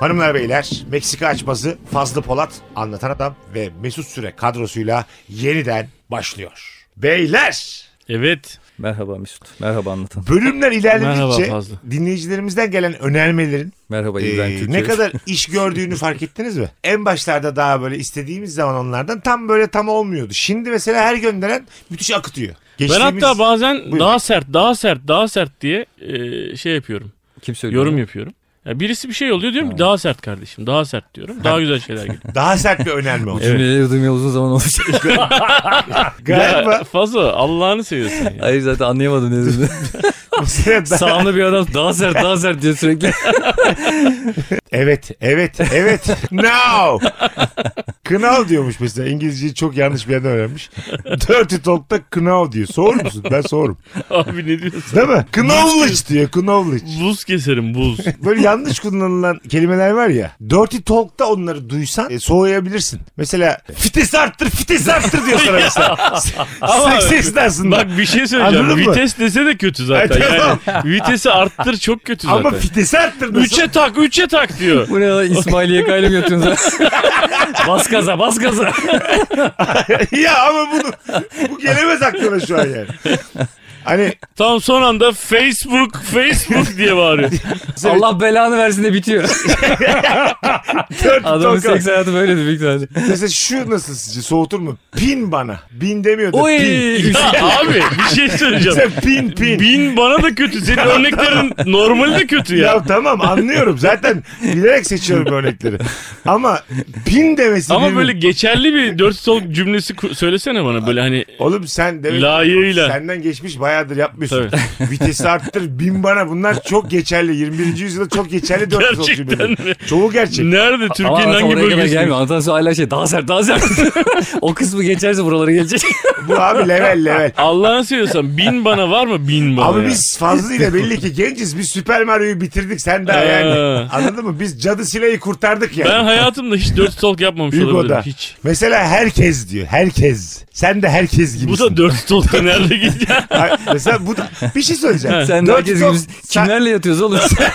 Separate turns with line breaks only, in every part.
Hanımlar beyler Meksika açması Fazlı Polat anlatan adam ve Mesut Süre kadrosuyla yeniden başlıyor. Beyler
Evet.
Merhaba Mesut. Merhaba anlatan.
bölümler ilerledikçe
Merhaba Fazlı.
dinleyicilerimizden gelen önermelerin
Merhaba
Ee,
İbrahim Türkiye.
ne kadar iş gördüğünü fark ettiniz mi? En başlarda daha böyle istediğimiz zaman onlardan tam böyle tam olmuyordu. Şimdi mesela her gönderen müthiş akıtıyor.
Ben
Geçtiğimiz-
hatta bazen
Buyurun.
daha sert, daha sert, daha sert diye e, şey yapıyorum.
Kim söylüyor?
Yorum yapıyorum. Ya birisi bir şey oluyor diyorum ki daha sert kardeşim, daha sert diyorum. Daha güzel şeyler geliyor.
daha sert bir önerme oldu.
Cümleleri duymaya uzun zaman olacak.
Galiba
Ya fazla Allah'ını seviyorsun. ya.
Hayır zaten anlayamadım ne dediğini.
bu sene daha-
Sağımda bir adam daha sert daha sert diyor sürekli.
evet, evet, evet. Now. Kınav diyormuş mesela. İngilizceyi çok yanlış bir yerden öğrenmiş. Dirty Talk'ta kınav diyor. Soğur musun? Ben soğurum.
Abi ne diyorsun?
Değil mi? Kınavlıç diyor. Kınavlıç.
Buz keserim buz.
Böyle yanlış kullanılan kelimeler var ya. Dirty Talk'ta onları duysan e, soğuyabilirsin. Mesela fites arttır, fites arttır diyor sana mesela.
Ama-
Sekses dersin.
Bak bir şey söyleyeceğim.
Anladın mı?
Vites dese de
E,
kötü zaten.
Evet,
Yani
tamam.
vitesi arttır çok kötü
Ama
zaten.
fitesi arttır nasıl?
Üçe tak, üçe tak diyor.
Bu ne lan İsmail Yekay'la mı yatıyorsunuz? bas gaza bas gaza.
ya ama bunu bu gelemez aklına şu an yani. Hani
Tam son anda Facebook, Facebook diye bağırıyor.
Allah belanı versin de bitiyor.
Dirty Talk'a-
Adamın seks hayatı böyledir büyük ihtimalle.
Mesela şu nasıl sizce soğutur mu? Pin bana. Bin demiyor da
Oy!
pin.
Ya abi bir şey söyleyeceğim.
Mesela pin pin.
Bin bana da kötü. Senin örneklerin normali de kötü
Ya
ya.
tamam anlıyorum. Zaten bilerek seçiyorum örnekleri. Ama pin demesi
Ama
bir-
böyle geçerli bir dört sol cümlesi ku- söylesene bana böyle hani
Oğlum sen demek
Layığıyla.
senden geçmiş bayağıdır yapmıyorsun. Vitesi arttır bin bana bunlar çok geçerli. 21. yüzyılda çok geçerli dört yüz otuz
gerçekten
cümleler.
mi?
Çoğu gerçek.
Nerede
Ama
Türkiye'nin
anlatan
hangi
oraya kadar
bölgesinde?
gelmiyor. Anlatan sonra hala şey daha sert daha sert. o kısmı geçerse buralara gelecek.
Bu abi level level.
Allah'ını seviyorsan bin bana var mı bin bana?
Abi
ya?
biz fazlıyla belli ki genciz. Biz Süper Mario'yu bitirdik sen daha yani.
Ee.
Anladın mı? Biz Cadı Sine'yi kurtardık yani.
Ben hayatımda hiç dört talk yapmamış
Hugo'da.
olabilirim. Hiç.
Mesela herkes diyor. Herkes. Sen de herkes
Bu
gibisin.
da dört talk'ta nerede gidiyor?
Ay, mesela bu da bir şey söyleyeceğim.
Sen de
Dört
herkes
çok-
gibi
sen-
kimlerle yatıyoruz oğlum?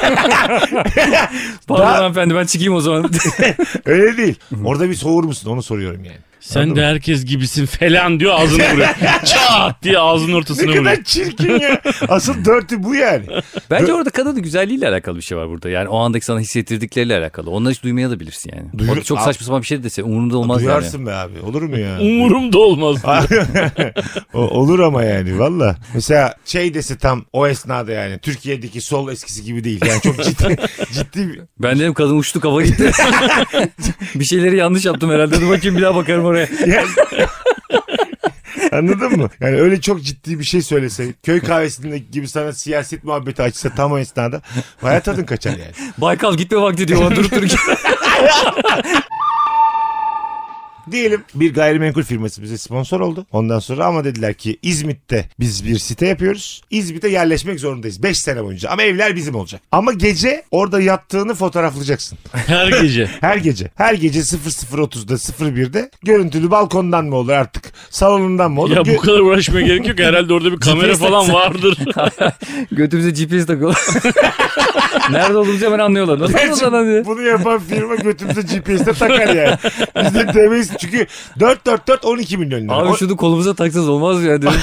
Pardon
Daha-
hanımefendi ben çıkayım o zaman.
Öyle değil. Orada bir soğur musun onu soruyorum yani.
Sen de herkes gibisin falan diyor ağzını vuruyor. Çat diye ağzının
Ne
ortasına vuruyor.
kadar çirkin ya. Asıl dörtü bu yani.
Bence orada kadının güzelliğiyle alakalı bir şey var burada. Yani o andaki sana hissettirdikleriyle alakalı. Onları hiç duymayabilirsin da bilirsin yani.
Duyur-
Orada çok
Abi-
saçma sapan bir şey de dese umurumda olmaz yani.
Duyarsın be abi. Olur mu ya?
Umurumda olmaz.
O- olur ama yani valla. Mesela şey dese tam o esnada yani Türkiye'deki sol eskisi gibi değil. Yani çok ciddi ciddi bir-
Ben dedim kadın uçtu kafa gitti. bir şeyleri yanlış yaptım herhalde. Dur bakayım bir daha bakarım oraya.
Yani- Anladın mı? Yani öyle çok ciddi bir şey söylese köy kahvesindeki gibi sana siyaset muhabbeti açsa tam o esnada bayağı tadın kaçar yani.
Baykal gitme vakti diyor. Ona durup durup
Diyelim bir gayrimenkul firması bize sponsor oldu. Ondan sonra ama dediler ki İzmit'te biz bir site yapıyoruz. İzmit'e yerleşmek zorundayız 5 sene boyunca ama evler bizim olacak. Ama gece orada yattığını fotoğraflayacaksın.
Her gece.
Her gece. Her gece 00.30'da 01'de görüntülü balkondan mı olur artık? Salonundan mı olur?
Ya
Gö-
bu kadar uğraşmaya gerek yok. Herhalde orada bir kamera
GPS
falan vardır.
Götümüze GPS takıyorlar. Nerede olduğumuzu hemen anlıyorlar. Nasıl anlıyorlar lan diye.
Bunu yapan firma götümüze GPS'te takar yani. Biz de demeyiz çünkü 444 12 milyon lira. O-
Abi şunu kolumuza taksanız olmaz mı ya diyor.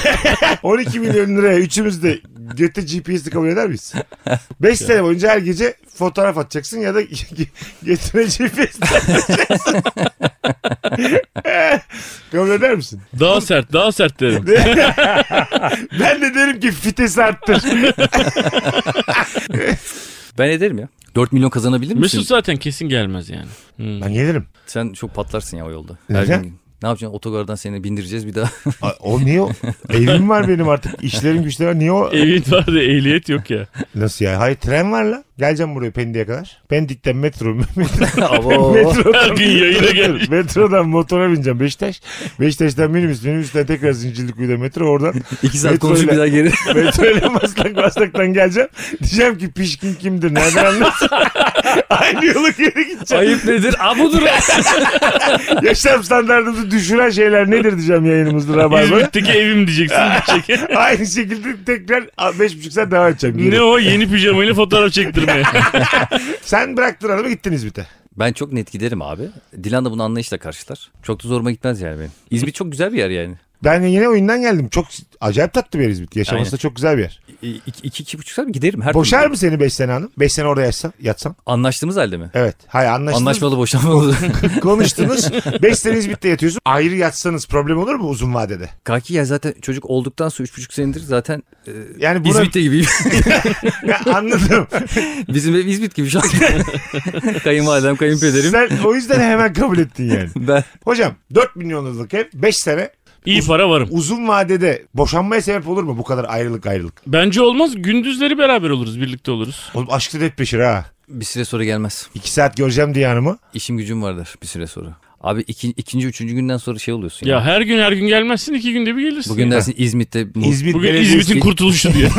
12 milyon liraya üçümüz de göte GPS'i kabul eder miyiz? 5 sene boyunca her gece fotoğraf atacaksın ya da götüne GPS takacaksın. kabul eder misin?
Daha sert, daha sert derim.
Ben de derim ki fitesi arttır.
Ben ederim ya. 4 milyon kazanabilir misin?
Mesut zaten kesin gelmez yani. Hmm.
Ben gelirim.
Sen çok patlarsın ya o yolda.
Neden?
Her gün. Ne yapacaksın? Otogardan seni bindireceğiz bir daha.
A- O niye o? Evim var benim artık. İşlerim güçlerim var. Niye o?
Ehliyet var da ehliyet yok ya.
Nasıl ya? Hayır tren var la. Geleceğim buraya Pendik'e kadar. Pendik'ten metro. metro-
Abo.
Her gün yayına gel.
Metrodan motora bineceğim Beşiktaş. Beşiktaş'tan minibüs. Minibüsten tekrar Zincirlikuyu'da metro. Oradan
2 saat
Metro
konuşup
ile-
bir daha geri.
metroyla Maslak Maslak'tan geleceğim. Diyeceğim ki pişkin kimdir? Nereden anlarsın? Aynı yolu geri gideceğim.
Ayıp nedir? A budur.
Yaşam standartımızı düşüren şeyler nedir diyeceğim yayınımızda Rabarba.
İzmit'teki evim diyeceksin gidecek.
Aynı şekilde tekrar 5,5 saat devam edeceğim. Geri.
ne o yeni pijamayla fotoğraf çektirmeye.
Sen bıraktın adamı gittin İzmit'e.
ben çok net giderim abi. Dilan da bunu anlayışla karşılar. Çok da zoruma gitmez yani benim. İzmir çok güzel bir yer yani.
Ben yine oyundan geldim. Çok acayip tatlı bir yer İzmit. Yaşaması
Aynen.
da çok güzel bir yer.
İ- iki, iki, iki buçuk saat mi? giderim her
Boşar
türlü.
mı seni 5 sene hanım? 5 sene orada yatsan? yatsan?
Anlaştığımız halde mi?
Evet. Hayır anlaştınız.
Anlaşmalı boşanmalı.
Konuştunuz. 5 sene İzmit'te yatıyorsun. Ayrı yatsanız problem olur mu uzun vadede?
Kaki ya zaten çocuk olduktan sonra üç buçuk senedir zaten e,
Yani buna-
İzmit'te gibiyim.
Ya, anladım.
Bizim ev İzmit gibi şu an. Kayınvalidem, kayınpederim.
Sen o yüzden hemen kabul ettin yani.
Ben
Hocam 4 milyon yıllık ev 5 sene
İyi para varım.
uzun vadede boşanmaya sebep olur mu bu kadar ayrılık ayrılık?
Bence olmaz. Gündüzleri beraber oluruz. Birlikte oluruz.
Oğlum aşkta hep peşir ha.
bir süre sonra gelmez.
2 saat göreceğim diye hanımı.
İşim gücüm vardır bir süre sonra. Abi iki, ikinci, üçüncü günden sonra şey oluyorsun.
Ya
Ya,
her gün her gün gelmezsin. iki günde bir gelirsin.
Bugün
ya.
dersin İzmit'te mu-
İzmit
Bugün
Belediyesi-
İzmit'in kurtuluşu diye.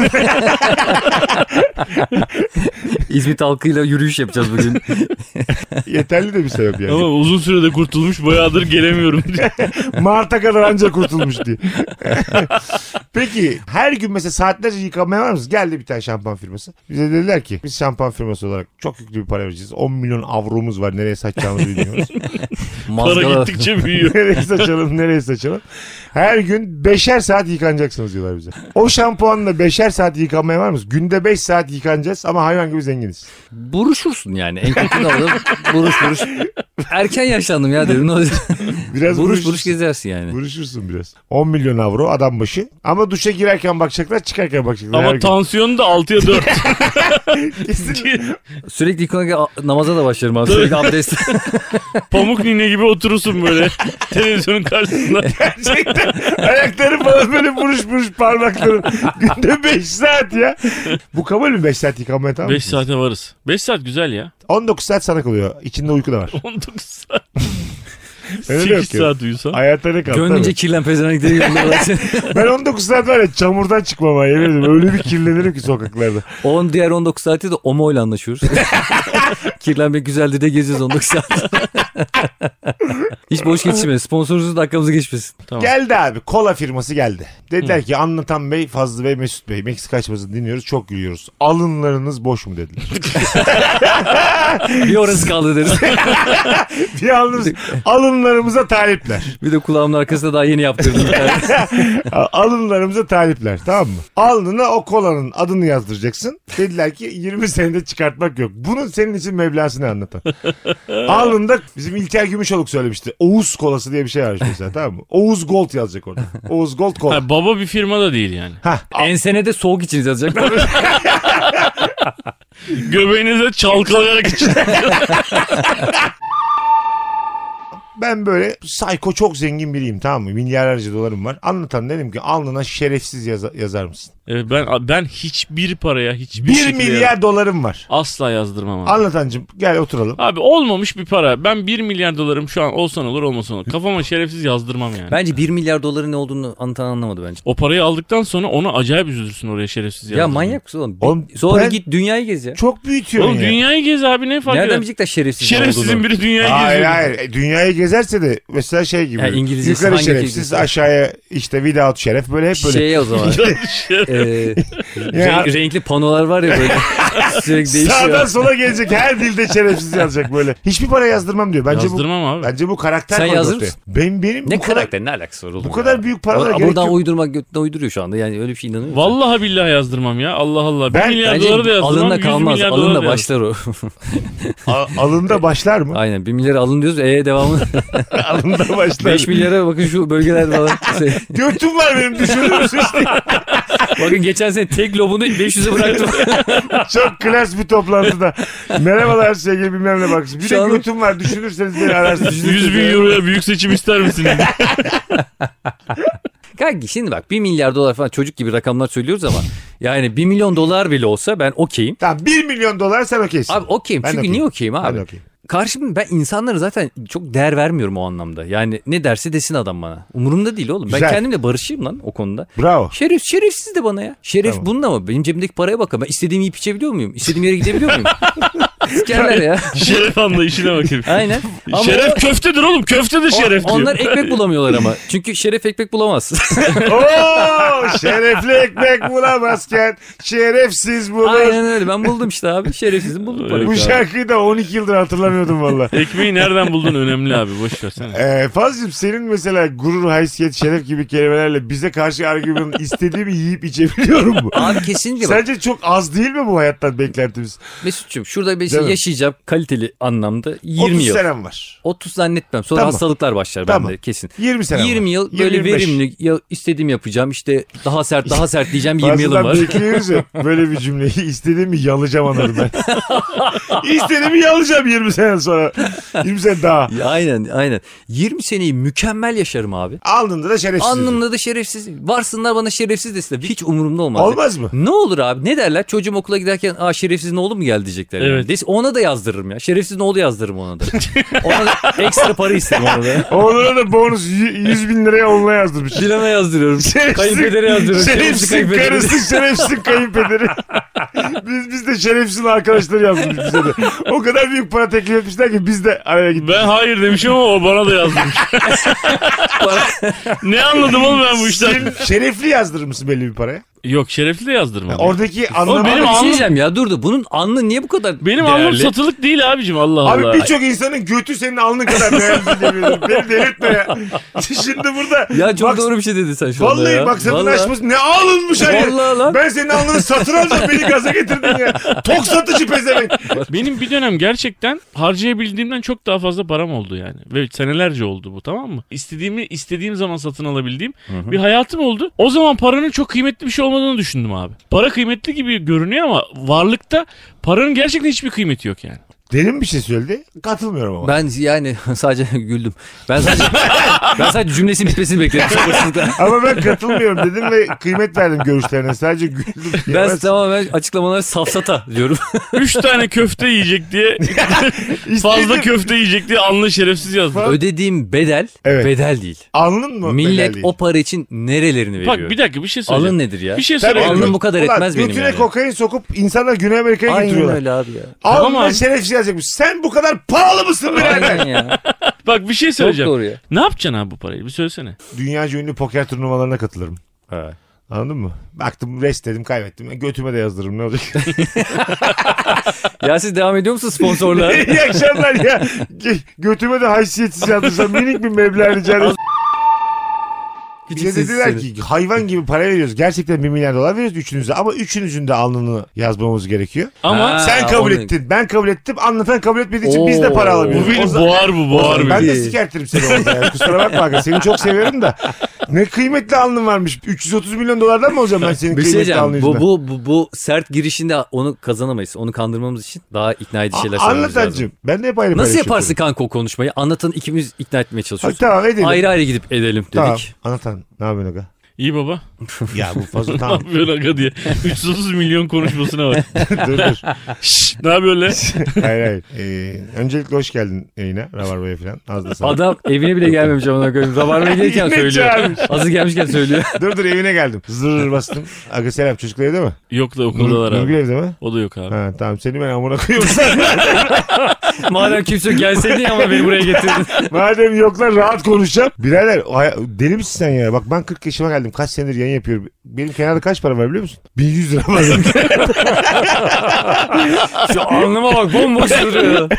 İzmit halkıyla yürüyüş yapacağız bugün.
Yeterli de bir sebep yani.
Ama uzun sürede kurtulmuş. Bayağıdır gelemiyorum diye.
Mart'a kadar ancak kurtulmuş diye. Peki her gün mesela saatlerce yıkanmaya var mısınız? Geldi bir tane şampuan firması. Bize dediler ki biz şampuan firması olarak çok yüklü bir para vereceğiz. 10 milyon avromuz var nereye saçacağımızı bilmiyoruz.
Para
Mazgala,
gittikçe büyüyor.
nereye saçalım nereye saçalım. Her gün beşer saat yıkanacaksınız diyorlar bize. O şampuanla beşer saat yıkanmaya var mısınız? Günde 5 saat yıkanacağız ama hayvan gibi zenginiz.
buruşursun yani. En kötü ne olur? Buruş buruş. Erken yaşlandım ya dedim. Ne olacak?
Biraz
buruş
vuruşursun.
buruş gezersin yani.
Vuruşursun biraz. 10 milyon avro adam başı. Ama duşa girerken bakacaklar çıkarken bakacaklar. her
Ama
gün.
tansiyonu da 6'ya 4.
Kesin-
Sürekli yıkanan namaza da başlarım abi. Sürekli abdest.
Pamuk nine gibi oturursun böyle. Televizyonun karşısında.
Gerçekten ayakları falan böyle buruş buruş parmakların. Günde 5 saat ya. Bu kabul mü 5 saat yıkanmaya tamam
5
5
saate varız. 5 saat güzel ya.
19 saat sana kalıyor. İçinde uyku da var.
19 saat.
Öyle yok
8
ya.
saat uyusan.
Hayata ne kaldı?
Gönlünce kirlen pezevenkleri yolluyorlar.
tabii. Ben 19 saat var ya çamurdan çıkmam ha yemin ederim. Öyle bir kirlenirim ki sokaklarda.
10 diğer 19 saati de Omo ile anlaşıyoruz. Kirlenmek güzeldi de geziyoruz 19 saat. Hiç boş geçmeyin. Sponsorunuzun da hakkımızı geçmesin.
Tamam.
Geldi abi kola firması geldi. Dediler ki anlatan bey Fazlı Bey Mesut Bey Meksika açmasını dinliyoruz çok gülüyoruz. Alınlarınız boş mu dediler.
Bir orası kaldı deriz.
Yalnız alınlarımıza talipler.
Bir de kulağımın arkasında daha yeni yaptırdım. bir tane.
A- Alınlarımıza talipler tamam mı? Alnına o kolanın adını yazdıracaksın. Dediler ki 20 senede çıkartmak yok. Bunun senin için meblasını anlatan. Alnında bizim İlker Gümüşoluk söylemişti. Oğuz kolası diye bir şey varmış mesela tamam mı? Oğuz Gold yazacak orada. Oğuz Gold kola.
Ha, baba bir firma da değil yani.
Hah.
Ensene de soğuk içiniz yazacaklar.
Göbeğinize çalkalayarak için.
Ben böyle sayko çok zengin biriyim tamam mı? Milyarlarca dolarım var. Anlatan dedim ki alnına şerefsiz yaza- yazar mısın?
Evet, ben ben hiçbir paraya hiçbir
1
şekilde
milyar dolarım var.
asla yazdırmam abi.
Anlatancım gel oturalım.
Abi olmamış bir para. Ben 1 milyar dolarım şu an olsan olur olmasan olur. Kafama şerefsiz yazdırmam yani.
Bence 1 milyar doların ne olduğunu anlatan anlamadı bence.
O parayı aldık sonra ona acayip üzülürsün oraya şerefsiz
Ya
yazdırmam.
manyak mısın oğlum?
Oğlum
Bir- Sonra
ben-
git dünyayı gez ya.
Çok büyütüyorsun
Oğlum
ya.
dünyayı gez abi ne fark
Nereden
eder?
bilecek de şerefsiz
Şerefsizin
olduğunu?
biri dünyayı geziyor.
Hayır hayır. E, Dünyayı gezerse de mesela şey gibi.
Ha, İngilizcesi
yukarı
hangi
şerefsiz
İngilizcesi?
aşağıya işte without şeref böyle hep böyle.
Şey o zaman. e,
Ya-
renk- renkli panolar var ya böyle. Sürekli
Sağdan
değişiyor.
sola gelecek her dilde şerefsiz yazacak böyle. Hiçbir para yazdırmam diyor. Bence
Yazdırmam
bu
abi.
bence bu karakter
Sen
koydu
yazdırır
ortaya.
mısın?
Benim benim
Ne
bu kadar
karakter ne alakası var oğlum
bu
ya?
kadar büyük paralara
Ama
gerek
buradan
yok.
uydurmak götüne uyduruyor şu anda. Yani öyle bir şey inanıyor musun?
Vallahi billahi yazdırmam ya. Allah Allah.
Ben-
Ben, 1 milyar doları da yazdırmam.
alınla
100
kalmaz.
milyar doları
Alınla
da yazdırmam.
başlar o.
A- alında başlar mı?
Aynen 1 milyar alın diyoruz. Eee devamı
alında
5
başlar.
milyara bakın şu bölgeler falan. Şey,
Götüm var benim düşünür müsün?
bakın geçen sene tek lobunu 500'e bıraktım.
Çok klas bir toplantıda. Merhabalar sevgili bilmem ne baksın. Bir
Şu
de
an-
götüm var düşünürseniz beni ararsınız.
100 bin euroya büyük seçim ister misiniz?
Kanka şimdi bak 1 milyar dolar falan çocuk gibi rakamlar söylüyoruz ama yani 1 milyon dolar bile olsa ben okeyim.
Tamam 1 milyon dolar sen okeysin.
Abi okeyim
Ben de
çünkü
okeyim.
niye okeyim
Ben de
abi?
okeyim.
Karşım ben insanlara zaten çok değer vermiyorum o anlamda. Yani ne derse desin adam bana. Umurumda değil oğlum.
Güzel.
Ben kendimle barışayım lan o konuda.
Bravo.
Şeref şerefsiz de bana ya. Şeref
Tamam.
bununla mı? Benim cebimdeki paraya bakın. Ben istediğimi yiyip içebiliyor muyum? İstediğim yere gidebiliyor muyum? İskerler ya.
Şeref anlayışına bakayım.
Aynen. Ama
şeref
o-
köftedir oğlum. Köfte de
o-
şeref diyor.
Onlar ekmek bulamıyorlar ama. Çünkü şeref ekmek bulamaz.
Oo, şerefli ekmek bulamazken şerefsiz bulur.
Aynen öyle. Ben buldum işte abi. Şerefsizim buldum parayı.
Bu şarkıyı da 12 yıldır hatırlamıyordum valla.
Ekmeği nereden buldun önemli abi. Boş ver sen.
Ee, Fazlıcığım senin mesela gurur, haysiyet, şeref gibi kelimelerle bize karşı argümanın istediğimi yiyip içebiliyorum mu?
Abi kesinlikle bak.
Sence çok az değil mi bu hayattan beklentimiz?
Mesut'cum şurada bir
Değil
şey
mi?
yaşayacağım kaliteli anlamda 20
30
yıl.
senem var.
30 zannetmem. Sonra
Tamam.
hastalıklar başlar
Tamam.
bende kesin.
20 senem
20
var.
yıl böyle
25.
verimli ya istediğim yapacağım işte daha sert daha sert diyeceğim 20
Bazıdan
yılım var.
bekliyoruz ya böyle bir cümleyi. İstediğimi yalayacağım anladım ben. İstediğimi yalayacağım 20 sene sonra. 20 sene daha.
Ya aynen aynen. 20 seneyi mükemmel yaşarım abi.
Alnında da şerefsiz.
Anlamda da şerefsiz. Varsınlar bana şerefsiz desinler. Hiç umurumda olmaz.
Olmaz mı?
Ne olur abi ne derler çocuğum okula giderken aa şerefsizin oğlu mu geldi diyecekler. yani.
Evet.
Des- ona da yazdırırım ya. Şerefsizin oğlu yazdırırım ona da. ona da ekstra para isterim ona da.
Oğluna da bonus 100 bin liraya onunla yazdırmış.
Dileme yazdırıyorum. Kayınpedere yazdırıyorum. Şerefsiz
Şerefsin
kayınpedere.
karısı, şerefsin kayınpederi. biz, biz de şerefsin arkadaşları yazmış bize de. O kadar büyük para teklif etmişler ki biz de araya gittik.
Ben hayır demişim ama o bana da yazmış. ne anladım oğlum ben bu işten?
Sen şerefli yazdırır mısın belli bir paraya?
Yok şerefli de yazdırmam.
Oradaki anlamı...
benim
Abi bir şey
anlam-
diyeceğim ya durdu. Bunun anlı niye bu kadar
Benim
değerli?
anlam satılık değil abicim Allah Allah.
Abi birçok insanın götü senin alnın kadar değerli diyebilirim. Beni delirtme ya. Şimdi burada...
Ya çok
bak-
doğru bir şey dedin sen şu anda
Vallahi
ya.
maksadını
Vallahi.
aşmış. Ne alınmış hayır.
Vallahi lan.
Ben senin alnını satın alacağım. Beni gaza getirdin ya. Tok satıcı pezevenk.
Benim bir dönem gerçekten harcayabildiğimden çok daha fazla param oldu yani. Ve senelerce oldu bu tamam mı? İstediğimi istediğim zaman satın alabildiğim bir hayatım oldu. O zaman paranın çok kıymetli bir şey olmadığını düşündüm abi. Para kıymetli gibi görünüyor ama varlıkta paranın gerçekten hiçbir kıymeti yok yani.
Derin bir şey söyledi. Katılmıyorum ama.
Ben yani sadece güldüm. Ben sadece ben sadece cümlesinin bitmesini bekledim sabırsızlıkla.
Ama ben katılmıyorum dedim ve kıymet verdim görüşlerine. Sadece güldüm.
Ben tamamen açıklamalar safsata diyorum.
Üç tane köfte yiyecek diye fazla köfte yiyecek diye anla şerefsiz yazdım.
Ödediğim bedel
Evet.
bedel değil.
Anladın mı?
Millet
bedelliği?
o para için nerelerini veriyor?
Bak bir dakika bir şey söyleyeceğim.
Alın nedir ya?
Bir şey
Tabii.
söyleyeceğim.
Alnım bu kadar
Ulan
etmez benim
Götüne
yani.
kokain sokup insanlar Güney Amerika'ya
Aynen
götürüyorlar.
öyle abi ya.
Alnına
Tamam abi.
şerefsiz yazacakmış. Sen bu kadar pahalı mısın birader?
Aynen ya.
Bak bir şey
Çok
söyleyeceğim.
doğru ya.
Ne yapacaksın abi bu parayı? Bir söylesene.
Dünyaca ünlü poker turnuvalarına katılırım. Anladın mı? Baktım rest dedim kaybettim. Götüme de yazdırırım ne olacak?
Ya siz devam ediyor musunuz sponsorluğa?
İyi akşamlar ya. G- götüme de haysiyetsiz yazdırsam minik bir meblağ rica ederim. Bir de
Küçüksünüz
dediler ki
siz.
hayvan gibi para veriyoruz. Gerçekten 1 milyar dolar veriyoruz üçünüze ama üçünüzün de alnını yazmamız gerekiyor.
Ama
Ha,
Sen kabul
onu-
ettin. Ben kabul ettim. Anlatan kabul etmediği için biz de
Oo.
para
bu
alamıyoruz.
beni
O zaman-
boğar bu boğar beni.
ben de
beni.
sikertirim seni orada ya. Kusura bakma. aga. Seni çok seviyorum da. Ne kıymetli alnın varmış. 330 milyon dolardan mı olacağım ben senin
Bir şey
kıymetli
diyeceğim.
alnın
Bu,
yüzünden?
bu, bu, bu sert girişinde onu kazanamayız. Onu kandırmamız için daha ikna edici şeyler
A-
söylememiz lazım.
Anlatancığım. Ben de hep ayrı
Nasıl
paylaşıyorum.
yaparsın kanka o konuşmayı? Anlatan ikimiz ikna etmeye
Ha,
çalışıyoruz.
tamam edelim.
Ayrı ayrı gidip edelim dedik.
Tamam. Anlatan. Ne yapıyorsun aga?
İyi baba.
Ya bu fazla
Ne
tamam.
yapıyorsun aga diye. 330 milyon konuşmasına bak.
dur dur.
Şşş, ne yapıyorsun lan?
Hayır hayır. Ee, öncelikle hoş geldin yayına. Rabarba'ya falan. Az da sana.
Adam evine bile gelmemiş amına koyayım. Rabarba gelirken
Yine
söylüyor.
çağırmış.
Hazır gelmişken söylüyor.
dur dur evine geldim. Zırr bastım. Aga selam çocuklar evde mi?
Yok da okuldalar
Nurgül
abi.
evde mi?
O da yok abi.
Ha tamam seni ben amına koyuyorum.
Madem kimse gelseydi ya ama beni buraya getirdin.
Madem yoklar rahat konuşacağım. Birader hay- deli misin sen ya? Bak ben 40 yaşıma geldim. Kaç senedir yayın yapıyorum. Benim kenarda kaç para var biliyor musun? 1100 lira var.
Şu alnıma bak bomboş duruyor.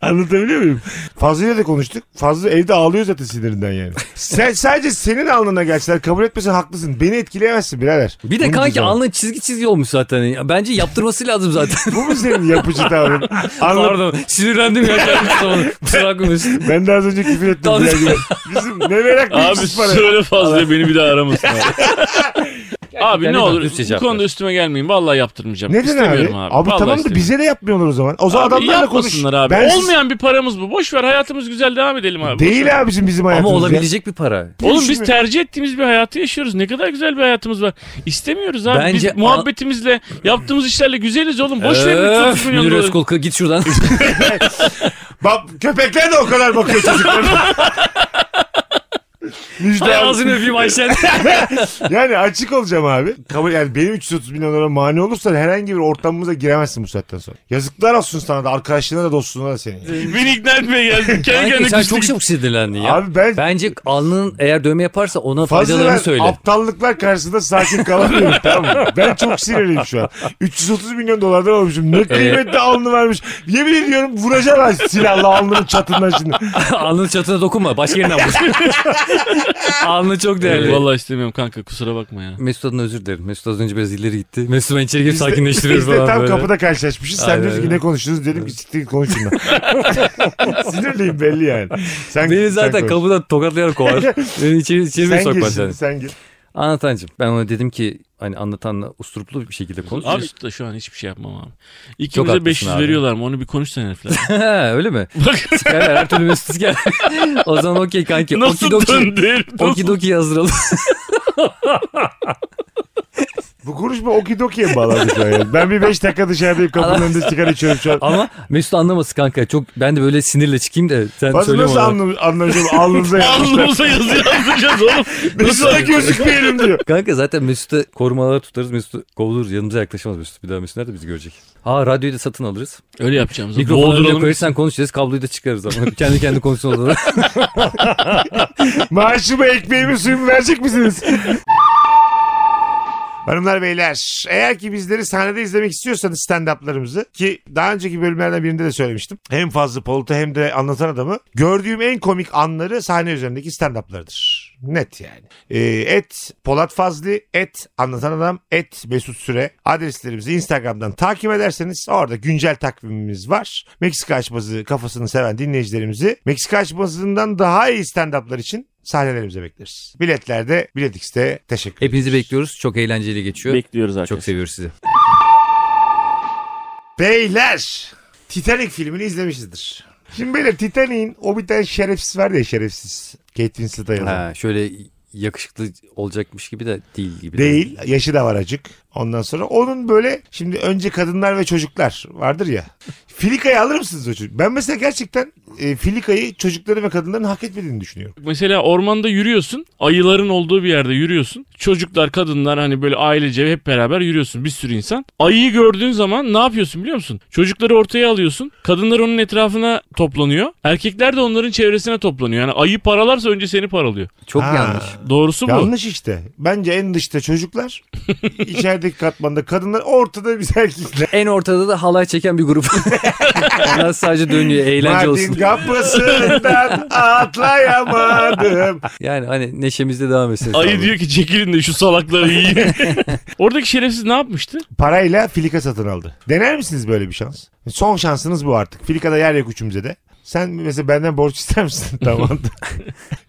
Anlatabiliyor muyum? Fazlı'yla da konuştuk. Fazlı evde ağlıyor zaten sinirinden yani. Sen, sadece senin alnına gelseler kabul etmesen haklısın. Beni etkileyemezsin birader.
Bir de
Bunu
kanki
düzelt.
alnın çizgi çizgi olmuş zaten. Ya Bence yaptırması lazım zaten.
Bu mu senin yapıcı tavrın? Anlat.
Pardon sinirlendim ya. kendim sana. Kusura bakma Mesut.
Ben de az önce küfür ettim.
Tamam.
birader. Bizim ne merak
Abi
neymişiz para.
söyle fazla beni bir daha aramasın. abi. abi ne
Gerçekten
olur
dürüst
bu
cevap
konuda
ver.
üstüme gelmeyin. Vallahi yaptırmayacağım.
Neden abi?
İstemiyorum
Abi,
abi. Vallahi
tamam da
istemiyorum.
bize de yapmıyorlar o zaman. O zaman
Abi
adamlarla konuş.
yapmasınlar abi.
Ben siz-
Olmayan bir paramız bu. Boş ver hayatımız güzel devam edelim abi. Boş ver.
Değil abicim bizim
Ama
hayatımız. ya.
olabilecek bir para.
Oğlum biz
Düşünme.
tercih ettiğimiz bir hayatı yaşıyoruz. Ne kadar güzel bir hayatımız var. İstemiyoruz abi.
Bence-
biz muhabbetimizle, yaptığımız işlerle güzeliz oğlum. Boş ver
Öf,
330 milyon
Münir
doları.
Özkul, git şuradan.
Bak, köpekler de o kadar bakıyor çocuklarına. Müjde abi.
ağzını öpeyim Ayşen.
Yani açık olacağım abi. Kabul yani benim 330 milyon lira mani olursan herhangi bir ortamımıza giremezsin bu saatten sonra. Yazıklar olsun sana da arkadaşlığına da dostluğuna da senin.
Beni ikna etmeye geldin. Kendi kendine
sen
küstü
çok çabuk sinirlendin ya.
Abi ben-
Bence alnının eğer dövme yaparsa ona
Fazla ben
faydalarını söyle.
aptallıklar karşısında sakin kalamıyorum tamam mı? Ben çok sinirliyim şu an. 330 milyon dolardan almışım. Ne kıymetli alnı vermiş. Yemin ediyorum vuracağım ben silahla alnının çatından şimdi.
Alnının çatına dokunma. Başka yerinden vur. Alnı çok
gitti.
değerli.
Vallahi istemiyorum kanka kusura bakma ya.
Mesut adına özür dilerim. Mesut az önce biraz ileri gitti. Mesut ben içeri girip
Biz de-
sakinleştiriyoruz
Biz de
falan
tam
böyle.
kapıda karşılaşmışız. Sen
Aynen,
diyorsun ki
aynen.
ne konuştunuz dedim ki siktir git konuşun. Sinirliyim belli yani. Sen,
Beni
sen
zaten
konuş.
kapıdan tokatlayarak kovar. Beni içeri, içeri bile
sen gir
sokmaz
şimdi,
yani.
sen gir.
Anlatancım ben ona dedim ki hani anlatanla usturuplu bir şekilde konuş.
Abi da şu an hiçbir şey yapmam abi.
Çok
İkimize
haklısın
500
abi.
veriyorlar mı onu bir konuşsana herifler.
Ha, öyle mi?
Bak
Sikerler her türlü mesut sikerler. o zaman okey kanki.
nasıl
Okidoki,
döndü herif, nasıl-
okidoki yazdıralım.
Bu konuşma okidokiye mi bağlandı şu an yani? Ben bir 5 dakika dışarıdayım kapının önünde sigara içiyorum şu an.
Ama Mesut anlaması kanka. Çok ben de böyle sinirle çıkayım da sen
Nasıl
söyle
nasıl
bana.
anlam anlayacağım alnınıza yapmışlar.
Alnımıza yazı yazdıracağız oğlum.
Nasıl da gözükmeyelim diyor.
Kanka zaten Mesut'a korumalar tutarız. Mesut'u kovuluruz. Yanımıza yaklaşamaz Mesut. Bir daha Mesut nerede bizi görecek? Ha radyoyu da satın alırız.
Öyle yapacağımız.
Mikrofonu önüne
Boğduralım.
koyarsan konuşacağız. Kabloyu da çıkarız ama. kendi kendi konuşsun odada.
Maaşımı, ekmeğimi, suyumu verecek misiniz? Hanımlar beyler eğer ki bizleri sahnede izlemek istiyorsanız stand-up'larımızı ki daha önceki bölümlerden birinde de söylemiştim. Hem fazla Polat'ı hem de anlatan adamı gördüğüm en komik anları sahne üzerindeki stand-up'larıdır. Net yani. Ee, et Polat Fazlı, et anlatan adam, et Mesut Süre adreslerimizi Instagram'dan takip ederseniz orada güncel takvimimiz var. Meksika açmazı kafasını seven dinleyicilerimizi Meksika açmazından daha iyi stand-up'lar için sahnelerimize bekleriz. Biletlerde Bilet X'te teşekkür
Hepinizi bekliyoruz. Çok eğlenceli geçiyor.
Bekliyoruz
Çok seviyoruz sizi.
Beyler Titanic filmini izlemişizdir. Şimdi beyler Titanic'in o bir tane şerefsiz var ya şerefsiz. Kate Winslet'a yazan.
Ha, şöyle yakışıklı olacakmış gibi de değil gibi. de.
Değil. Yaşı da var acık. Ondan sonra onun böyle şimdi önce kadınlar ve çocuklar vardır ya. Filika'yı alır mısınız o çocuk? Ben mesela gerçekten e, Filika'yı çocukların ve kadınların hak etmediğini düşünüyorum.
Mesela ormanda yürüyorsun. Ayıların olduğu bir yerde yürüyorsun. Çocuklar, kadınlar hani böyle ailece hep beraber yürüyorsun. Bir sürü insan. Ayıyı gördüğün zaman ne yapıyorsun biliyor musun? Çocukları ortaya alıyorsun. Kadınlar onun etrafına toplanıyor. Erkekler de onların çevresine toplanıyor. Yani ayı paralarsa önce seni paralıyor.
Çok
Ha.
yanlış.
Doğrusu bu.
Yanlış işte. Bence en dışta çocuklar, içerideki katmanda kadınlar, ortada biz erkekler.
En ortada da halay çeken bir grup. Onlar sadece dönüyor eğlence
Mardin
olsun.
kapısından atlayamadım.
Yani hani neşemizde devam etsin.
Ayı diyor ki çekilin de şu salakları yiyin. Oradaki şerefsiz ne yapmıştı?
parayla filika satın aldı. Dener misiniz böyle bir şans? Son şansınız bu artık. Filika'da yer yok üçümüze de. Sen mesela benden borç ister misin? tamam.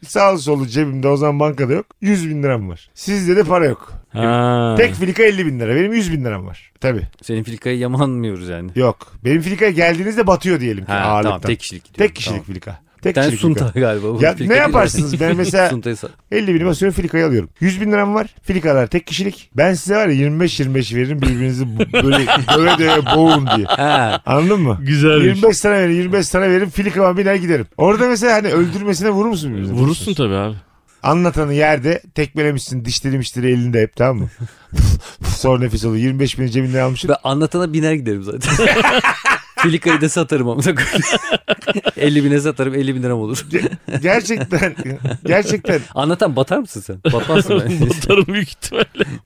Sağ solu cebimde o zaman bankada yok. 100 bin liram var. Sizde de para yok.
Ha.
Tek filika 50 bin lira. Benim 100 bin liram var. Tabii.
Senin filikayı yamanmıyoruz yani.
Yok. Benim filikaya geldiğinizde batıyor diyelim ki
Ha,
ağırlıktan.
tamam tek
tek,
kişilik. diyor.
kişilik
Tamam.
filika. Tek
Bir tane
kişilik
sunta
filika.
galiba. bu
Ya
filika
ne
değil
yaparsınız? Ben
yani.
mesela
Suntayı sat.
50 bin basıyorum filikayı alıyorum. 100 bin liram var. Filikalar tek kişilik. Ben size var ya 25-25 veririm birbirinizi bu- böyle döve döve boğun diye.
Ha.
Anladın mı?
Güzelmiş.
25 sana verin 25 sana verin filikama biner giderim. Orada mesela hani öldürmesine vurur musun? birbirine?
Vurursun tabii abi.
Anlatanı yerde tekmelemişsin dişleri mişleri elinde hep tamam mı? Sonra nefes alıyor. 25 bini cebinden almışsın.
Ben anlatana biner giderim zaten. Filikayı da satarım ama. 50 bine satarım 50 bin liram olur.
Gerçekten gerçekten
Anlatan batar mısın sen? Batmazsın ben.
Batarım büyük ihtimal.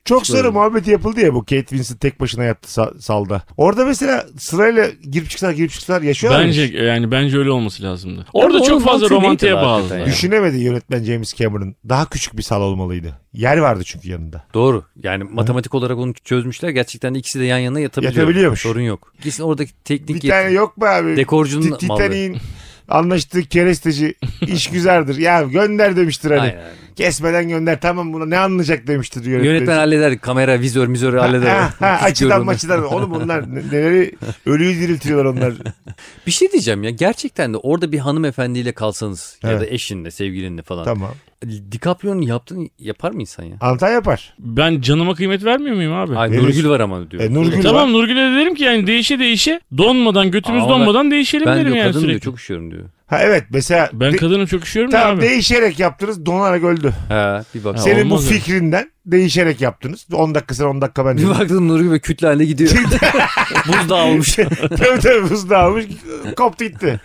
çok sarı muhabbeti yapıldı ya bu Kate Winslet tek başına yattı sa- salda. Orada mesela sırayla girip çıksalar girip çıksalar yaşıyorlar.
Bence
mı?
yani bence öyle olması lazımdı. Orada
onun
çok fazla
mantığı
romantiğe
neydi
bağlı.
hakikaten ya?
Düşünemedi yönetmen James Cameron. Daha küçük bir sal olmalıydı. Yer vardı çünkü yanında.
Doğru. Yani matematik olarak onu çözmüşler. Gerçekten de ikisi de yan yana yatabiliyor.
Yatabiliyormuş.
Sorun yok. İkisi oradaki teknik
bir tane
yet-
yok mu abi?
Dekorcunun
Ti-
malı.
Titanic'in anlaştığı keresteci işgüzardır. Ya gönder demiştir hani.
Aynen.
Kesmeden gönder tamam buna ne anlayacak demiştir yönetmen.
Yönetmen halleder. Kamera, vizör, mizörü halleder.
Ha, ha,
Hiç
açıdan
görmem.
maçıdan. Oğlum bunlar ne- neleri ölüyü diriltiyorlar onlar.
Bir şey diyeceğim ya. Gerçekten de orada bir hanımefendiyle kalsanız ya
Evet.
da eşinle, sevgilinle falan.
tamam.
DiCaprio'nun yaptığını yapar mı insan ya?
Antalya yapar.
Ben canıma kıymet vermiyor muyum abi?
Ay,
Verir.
Nurgül var ama diyor.
E, Nurgül var.
Tamam Nurgül'e de derim ki yani değişe değişe donmadan götümüz
Ama ben-
donmadan değişelim
Ben
derim
diyor
yani
kadın diyor
sürekli.
çok üşüyorum diyor.
Ha evet mesela.
Ben
de-
kadınım çok üşüyorum ya
Tamam
abi.
değişerek yaptınız donarak öldü.
He bir bak.
Ha,
Sen-
Senin bu
olmaz öyle.
fikrinden değişerek yaptınız. 10 dakika sen 10 dakika ben.
Bir baktın Nurgül böyle kütle haline gidiyor. Buzdağı olmuş.
tabii tabii hızlı almış koptu gitti.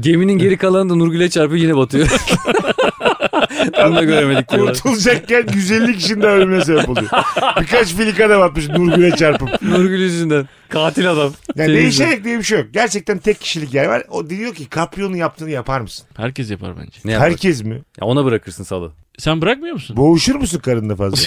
Geminin geri kalanı da Nurgül'e çarpıyor yine batıyor. Bunu da göremedik diyorlar.
Kurtulacakken 150 kişinin de ölmesine sebep oluyor. Birkaç filika da batmış Nurgül'e çarpıp.
Nurgül yüzünden. Katil adam.
Yani
Senin
değişerek diye bir şey yok. Gerçekten tek kişilik yer var. O diyor ki Caprio'nun yaptığını yapar mısın?
Herkes yapar bence.
Ne yapar?
Herkes mi?
Ya ona bırakırsın salı.
Sen bırakmıyor musun?
Boğuşur musun karında fazla?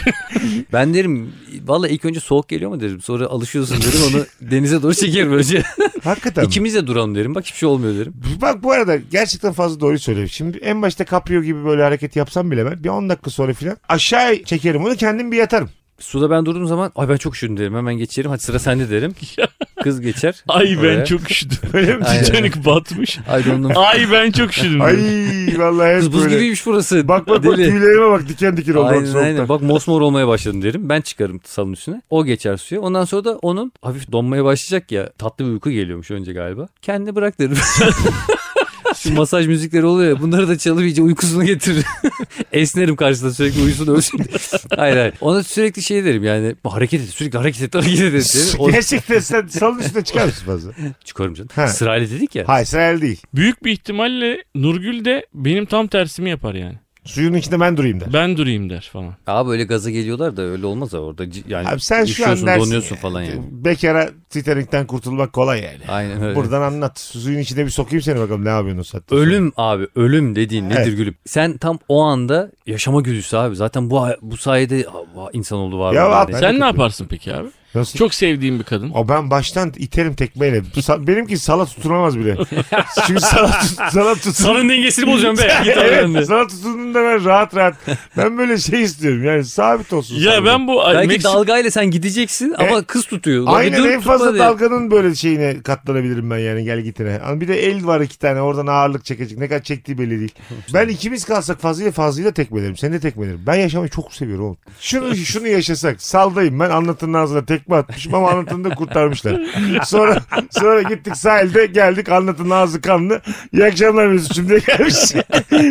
Ben derim valla ilk önce soğuk geliyor mu derim. Sonra alışıyorsun derim onu denize doğru çekerim önce.
Hakikaten. mi?
İkimiz de duralım derim. Bak hiçbir şey olmuyor derim.
Bak bu arada gerçekten fazla doğru söylüyor. Şimdi en başta Caprio gibi böyle hareket yapsam bile ben bir 10 dakika sonra filan aşağı çekerim onu kendim bir yatarım.
Suda ben durduğum zaman ay ben çok üşüdüm derim. Hemen geçerim. Hadi sıra sende derim. Kız geçer.
Ay ben
Oraya.
çok üşüdüm.
Öyle mi?
Aynen.
Titanic batmış.
Ay dondum.
Ay ben çok üşüdüm.
Ay
dedim.
vallahi hep
Kız buz
böyle.
gibiymiş burası.
Bak bak bak tüylerime bak diken diken oldu.
Aynen
soğuktan.
aynen. Bak mosmor olmaya başladım derim. Ben çıkarım salın üstüne. O geçer suya. Ondan sonra da onun hafif donmaya başlayacak ya. Tatlı bir uyku geliyormuş önce galiba. Kendi bırak derim. Şimdi masaj müzikleri oluyor ya. Bunları da çalıp iyice uykusunu getirir. Esnerim karşısında sürekli uyusun ölsün. diye. hayır hayır. Ona sürekli şey derim yani. Hareket et. Sürekli hareket et. Hareket et. derim. O-
Gerçekten sen salın üstüne çıkar mısın fazla?
Çıkarım canım.
Ha.
Sırayla dedik ya.
Hayır sen el değil.
Büyük bir ihtimalle Nurgül de benim tam tersimi yapar yani.
Suyun içinde ben durayım der.
Ben durayım der falan.
Abi öyle gaza geliyorlar da öyle olmaz ha orada. C- Yani
Abi sen şu an
üşüyorsun
dersin.
donuyorsun falan yani.
Bekara Titanic'ten kurtulmak kolay yani.
Aynen öyle.
Buradan anlat. Suyun içine bir sokayım seni bakalım ne yapıyorsun o saatte.
Ölüm abi ölüm dediğin nedir
Evet.
gülüm? Sen tam o anda yaşama güdüsü abi. Zaten bu bu sayede insan oldu var.
Ya
oldu
abi- de
yani.
Sen ne
katılıyorum.
yaparsın peki abi?
Nasıl?
Çok sevdiğim bir kadın.
O ben baştan iterim tekmeyle. Sa- Benimki salat tutunamaz bile. Çünkü salat, tut- salat tutun.
Sanın dengesini bozacağım be. Git oradan de.
evet, salat tutunduğunda ben rahat rahat. Ben böyle şey istiyorum yani sabit olsun.
Ya
sanırım.
ben bu
Belki
Meksi-
dalgayla sen gideceksin ama kız tutuyor. Lan bir
Aynen
dur,
en
tutma
fazla
diye.
dalganın böyle şeyine katlanabilirim ben yani gel gitine. Ama Bir de el var iki tane oradan ağırlık çekecek. Ne kadar çektiği belli değil. Ben ikimiz kalsak fazlıyla fazlıyla tekmelerim. Seni de tekmelerim. Ben yaşamayı çok seviyorum oğlum. Şunu şunu yaşasak. Saldayım ben anlatının ağzına tekme atmışım ama anlatını da kurtarmışlar. Sonra sonra gittik sahilde geldik anlatının ağzı kanlı. İyi akşamlar Mesut'cum diye gelmiş.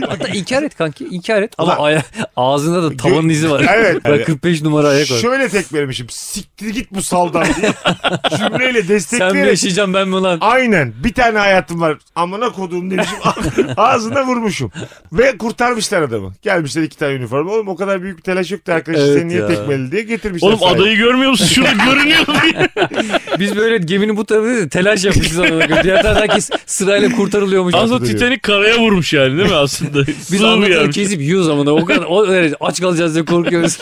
Hatta inkar et kanki inkar et ama
Ulan-
aya- ağzında da tavanın izi var.
Evet.
Bak 45 numara ayak var.
Şöyle tekmelemişim. Siktir git bu saldan diye. Cümleyle
Sen mi
destekleyerek
yaşayacaksın ben mi lan?
Aynen. Bir tane hayatım var. Amına koduğum demişim. Ağzına vurmuşum. Ve kurtarmışlar adamı. Gelmişler iki tane üniforma. Oğlum o kadar büyük bir telaş yoktu arkadaşlar.
Evet
Seni niye
ya.
tekmeli diye getirmişler.
Oğlum
sahaya.
adayı görmüyor musun? Şurada görünüyor diye.
Biz böyle geminin bu tarafında değil de telaş yapmışız. arada. Diğer tarafta herkes sırayla kurtarılıyormuş.
Aslında Titanic karaya vurmuş yani değil mi aslında?
Biz
Sığ bir
anlatıları
yermiş.
kesip yiyoruz ama da o kadar o derece aç kalacağız diye korkuyoruz.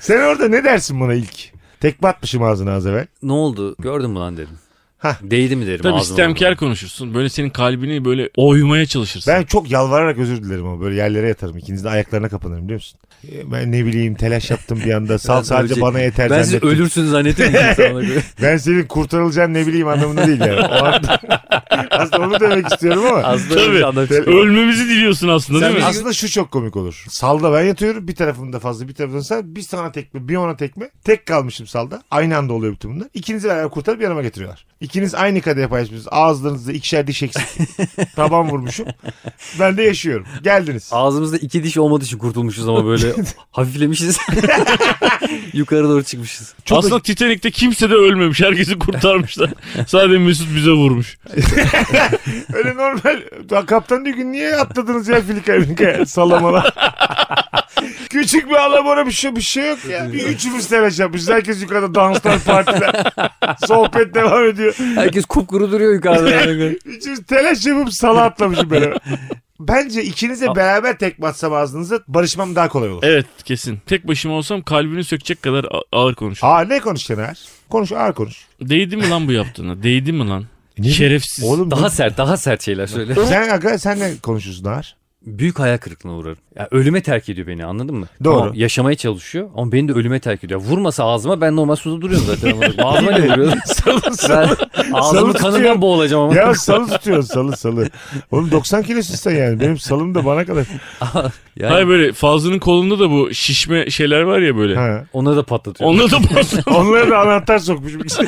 Sen orada ne dersin buna ilk? Tekme atmışım ağzına az evvel.
ne oldu? Gördün mü lan derim.
Hah.
Değdi mi derim
E, Tabii
ağzıma.
istemkar konuşursun. Böyle senin kalbini böyle oymaya çalışırsın.
Ben çok yalvararak özür dilerim ama böyle yerlere yatarım. İkiniz de ayaklarına kapanırım biliyor musun? E, Ben ne bileyim telaş yaptım bir anda. Sal
Ben
sadece
öyle-
bana yeter
Ben
ben
siz
zannettim.
ölürsünüz zannettim.
Ben senin kurtarılacağın ne bileyim anlamında değil yani. O anda... Aslında onu demek istiyorum ama.
Aslında
Tabii.
öyle bir adam çıkıyor.
Ölmemizi diliyorsun aslında
Sen
değil mi?
Aslında şu çok komik olur. Salda ben yatıyorum. Bir tarafımda fazla bir tarafımda sen. Bir sana tekme bir ona tekme. Tek kalmışım salda. Aynı anda oluyor bütün bunlar. İkinizi beraber kurtarıp yanıma getiriyorlar. İkiniz aynı kadeye paylaşmışsınız. Ağızlarınızda ikişer diş eksik. Taban vurmuşum. Ben de yaşıyorum. Geldiniz.
Ağzımızda iki diş olmadığı için kurtulmuşuz ama böyle hafiflemişiz. Yukarı doğru çıkmışız.
Çok
aslında Titanic'te kimse de ölmemiş. Herkesi kurtarmışlar. Sadece Mesut bize vurmuş.
Öyle normal. Ya Kaptan diyor ki niye atladınız ya filika filika sallamalar. Küçük bir alabora bir şey, bir şey yok ya. Bir üçümüz telaş yapmışız. Herkes yukarıda danslar, partiler. Sohbet devam ediyor.
Herkes kupkuru duruyor yukarıda.
Üçüncü telaş yapıp sala atlamışım böyle. Bence ikinize beraber tekme atsam ağzınıza barışmam daha kolay olur.
Evet kesin. Tek başıma olsam kalbini sökecek kadar a- ağır konuşurum.
Aa ne konuşacaksın ağır? Konuş ağır konuş.
Değdi mi lan bu yaptığına? Değdi mi lan? Şerefsiz.
E, Oğlum
daha sert daha sert şeyler söyle.
sen, aga, sen ne konuşuyorsun ağır?
büyük hayal kırıklığına uğrarım. Ya ölüme terk ediyor beni anladın mı?
Doğru.
Tamam, yaşamaya çalışıyor ama beni de ölüme terk ediyor. Vurmasa ağzıma ben normal suda duruyorum zaten. ağzıma ne vuruyor? ben ağzımı
tutuyor.
kanından boğulacağım ama.
Ya salı tutuyorsun salı salı. Oğlum 90 kilosun sen yani. Benim salım da bana kadar.
Yani
Hayır böyle Fazlı'nın kolunda da bu şişme şeyler var ya böyle.
Ha.
ona da patlatıyor.
Onunla da bastım.
Onlara da anahtar sokmuş.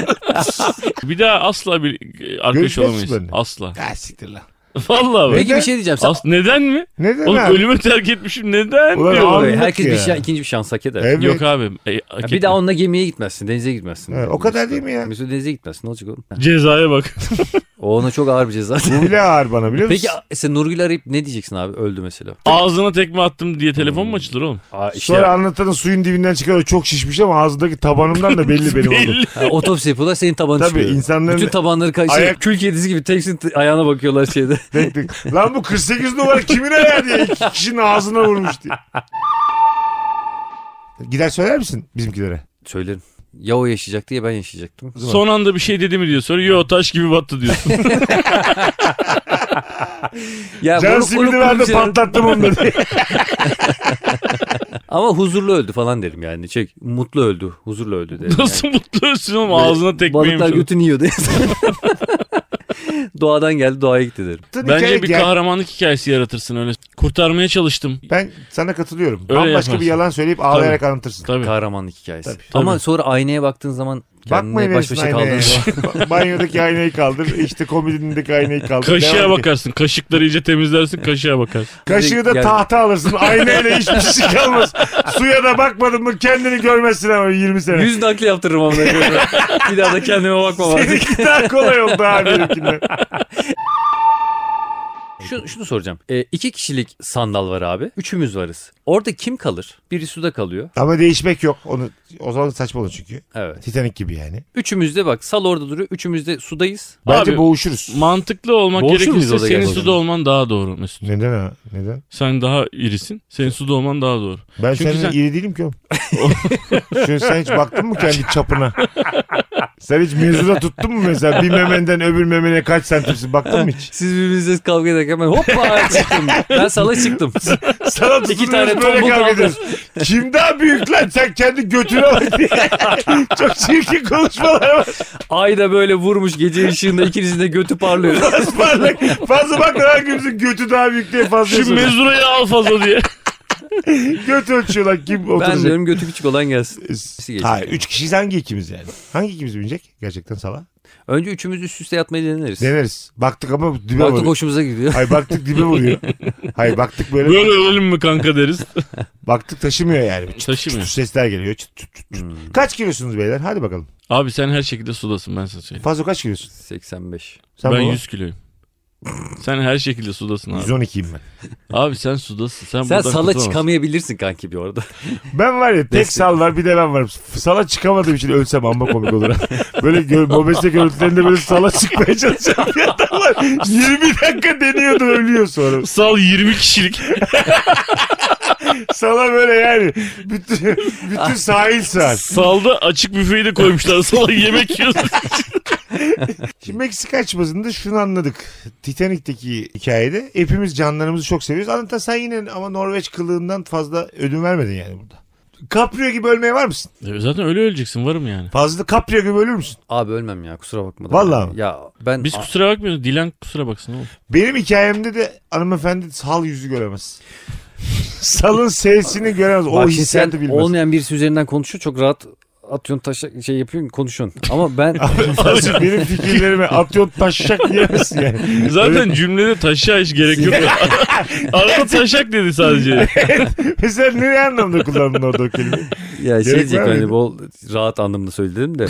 bir daha asla bir e, arkadaş
Görüşmez
olamayız.
benimle.
Asla.
ha siktir lan.
Vallahi bak.
Peki bir şey diyeceğim. Sen
As- neden mi?
Neden
Oğlum
abi?
ölüme terk etmişim neden
Ulan
diyor.
abi-
herkes bir
ya.
şa- ikinci bir şans hak eder.
Evet.
Yok abi. e, hak
Ya
etme.
bir daha onunla gemiye gitmezsin, denize gitmezsin.
Evet, o kadar değil mi ya?
Mesut denize gitmezsin, ne olacak oğlum?
Cezaya bak.
O ona çok ağır bir ceza.
Bu bile ağır bana biliyor musun?
Peki a- sen Nurgül'ü arayıp ne diyeceksin abi? Öldü mesela.
Ağzına tekme attım diye telefon mu açılır oğlum?
Aa, işte
Sonra anlatanın suyun dibinden çıkar o çok şişmiş ama ağzındaki tabanından da belli benim oldu.
Belli.
Ha, otopsi yapıyorlar senin tabanın
Tabii,
çıkıyor.
insanların-
Bütün tabanları kay- şey,
Ayak-
kül kedisi gibi teksin t- ayağına bakıyorlar şeyde.
Tek tek. Lan bu 48 numara kimin ayağı diye iki kişinin ağzına vurmuş diye. Gider söyler misin bizimkilere?
Söylerim. Ya o yaşayacaktı ya ben yaşayacaktım.
Son anda bir şey dedi mi diyor. Sonra yo taş gibi battı diyor.
Ya
Can
moruk- moruk
simidi verdi
konuşuyor.
patlattım onu da diye.
Ama huzurlu öldü falan derim yani. Şey, mutlu öldü, huzurlu öldü derim.
Nasıl mutlu olsun oğlum
Böyle
ağzına tekme
Balıklar
yemiş.
götünü yiyordu. Doğadan geldi doğaya gitti derim.
Hikaye
Bence bir
gel-
kahramanlık hikayesi yaratırsın öyle. Kurtarmaya çalıştım.
Ben sana katılıyorum.
Öyle
Bambaşka bir
yaparsın.
yalan söyleyip ağlayarak anlatırsın.
Tabii.
Kahramanlık hikayesi.
Tabii.
Ama
Tabii.
sonra aynaya baktığın zaman
Bakmayın
kendine baş başa kaldığın zaman.
aynaya. Banyodaki aynayı kaldır. işte komodinindeki aynayı kaldır.
Kaşığa
Devam ki.
bakarsın. Kaşıkları iyice temizlersin. Kaşığa bakarsın.
Kaşığı da
Yani-
tahta alırsın. Aynayla hiçbir şey kalmaz. Suya da bakmadın mı kendini görmezsin ama 20 sene.
Yüz nakli yaptırırım amına koyayım. Bir daha da kendime bakmam artık.
Seninki daha kolay oldu abi benimkinden.
Şu, şunu soracağım. E, iki kişilik sandal var abi. Üçümüz varız. Orada kim kalır? Biri suda kalıyor.
Ama değişmek yok. Onu, o zaman saçma olur çünkü.
Evet.
Titanic gibi yani.
Üçümüz de bak sal orada duruyor. Üçümüz de sudayız.
Bence
Abi-
boğuşuruz.
Mantıklı olmak
Boğuşur muyuz
gerekirse
orada
senin
gerçekten?
suda olman daha doğru Mesut.
Neden ha? Neden?
Sen daha irisin. Senin suda olman daha doğru.
Ben
Çünkü
senin
sen-
iri değilim ki oğlum. Şu sen hiç baktın mı kendi çapına? Sen hiç mevzuda tuttun mu mesela? Bir memenden öbür memene kaç santimsin? Baktın mı hiç?
Siz birbirinizle kavga ederken ben hoppa çıktım. Ben sala çıktım.
Sana
İki
tutunuyoruz
tane
böyle
tombul
kavga
kaldı.
ediyoruz. Kim daha büyük lan? Sen kendi götüne bak diye. Çok çirkin konuşmalar var.
Ay da böyle vurmuş gece ışığında ikinizin de götü parlıyor.
Ismarlak. Fazla bak lan hangimizin götü daha büyük diye fazla
Şu
yazıyorlar.
mezurayı al fazla diye.
Göt ölçüyorlar kim oturacak.
ben diyorum götü küçük olan gelsin. geçecek?
Hayır. Üç kişiyiz hangi ikimiz yani? Hangi ikimiz binecek? Gerçekten sala.
Önce üçümüz üst üste yatmayı deneriz.
Deneriz. Baktık ama dibe
Baktık
vuruyor.
hoşumuza gidiyor.
Hayır baktık dibe vuruyor. Hayır baktık böyle.
Böyle ölelim mi kanka deriz.
Baktık taşımıyor yani. Çıt çıt
Taşımıyor.
sesler geliyor. Çıt çıt çıt. çıt. Kaç kilosunuz beyler? Hadi bakalım.
Abi sen her şekilde sudasın ben sana söyleyeyim.
Fazla kaç kilosun?
85.
Sen
ben
baba?
100 kiloyum. Sen her şekilde sudasın abi.
112'yim ben.
Abi sen sudasın. Sen,
Sen
buradan
sala
kurtulamazsın.
çıkamayabilirsin kanki bir orada.
Ben var ya tek
Destek.
sal var bir de ben varım. Sala çıkamadığım için ölsem amma komik olur. böyle gör, mobese görüntülerinde böyle sala çıkmaya çalışan bir adam var. 20 dakika deniyordu ölüyor sonra.
Sal 20 kişilik.
Sala böyle yani bütün, bütün sahil sar.
Salda açık büfeyi de koymuşlar. Sala yemek yiyorsun.
Şimdi Meksika açmasında şunu anladık. Titanic'teki hikayede hepimiz canlarımızı çok seviyoruz. Anlatan sen yine ama Norveç kılığından fazla ödün vermedin yani burada. Caprio gibi ölmeye var mısın?
E, Zaten öyle öleceksin varım yani.
Fazla Caprio gibi ölür müsün?
Abi ölmem ya kusura bakma. da.
Vallahi mi?
Ya ben
Biz kusura bakmıyoruz. Dilan kusura baksın oğlum.
Benim hikayemde de hanımefendi sal yüzü göremez. Salın sesini göremez. O
Bak şimdi sen
hissiyatı bilmez.
olmayan birisi üzerinden konuşuyor çok rahat atıyorsun taşa şey yapıyorsun konuşuyorsun. Ama ben
Fazla benim fikirlerime atıyorsun taşacak diyemezsin yani.
Zaten cümlede taşa hiç gerek yok. Arada taşak dedi sadece.
Mesela ne anlamda kullandın orada o kelimeyi? Gerek var
ya şey diyecektim hani
mıydı?
bol rahat anlamda söyledim de.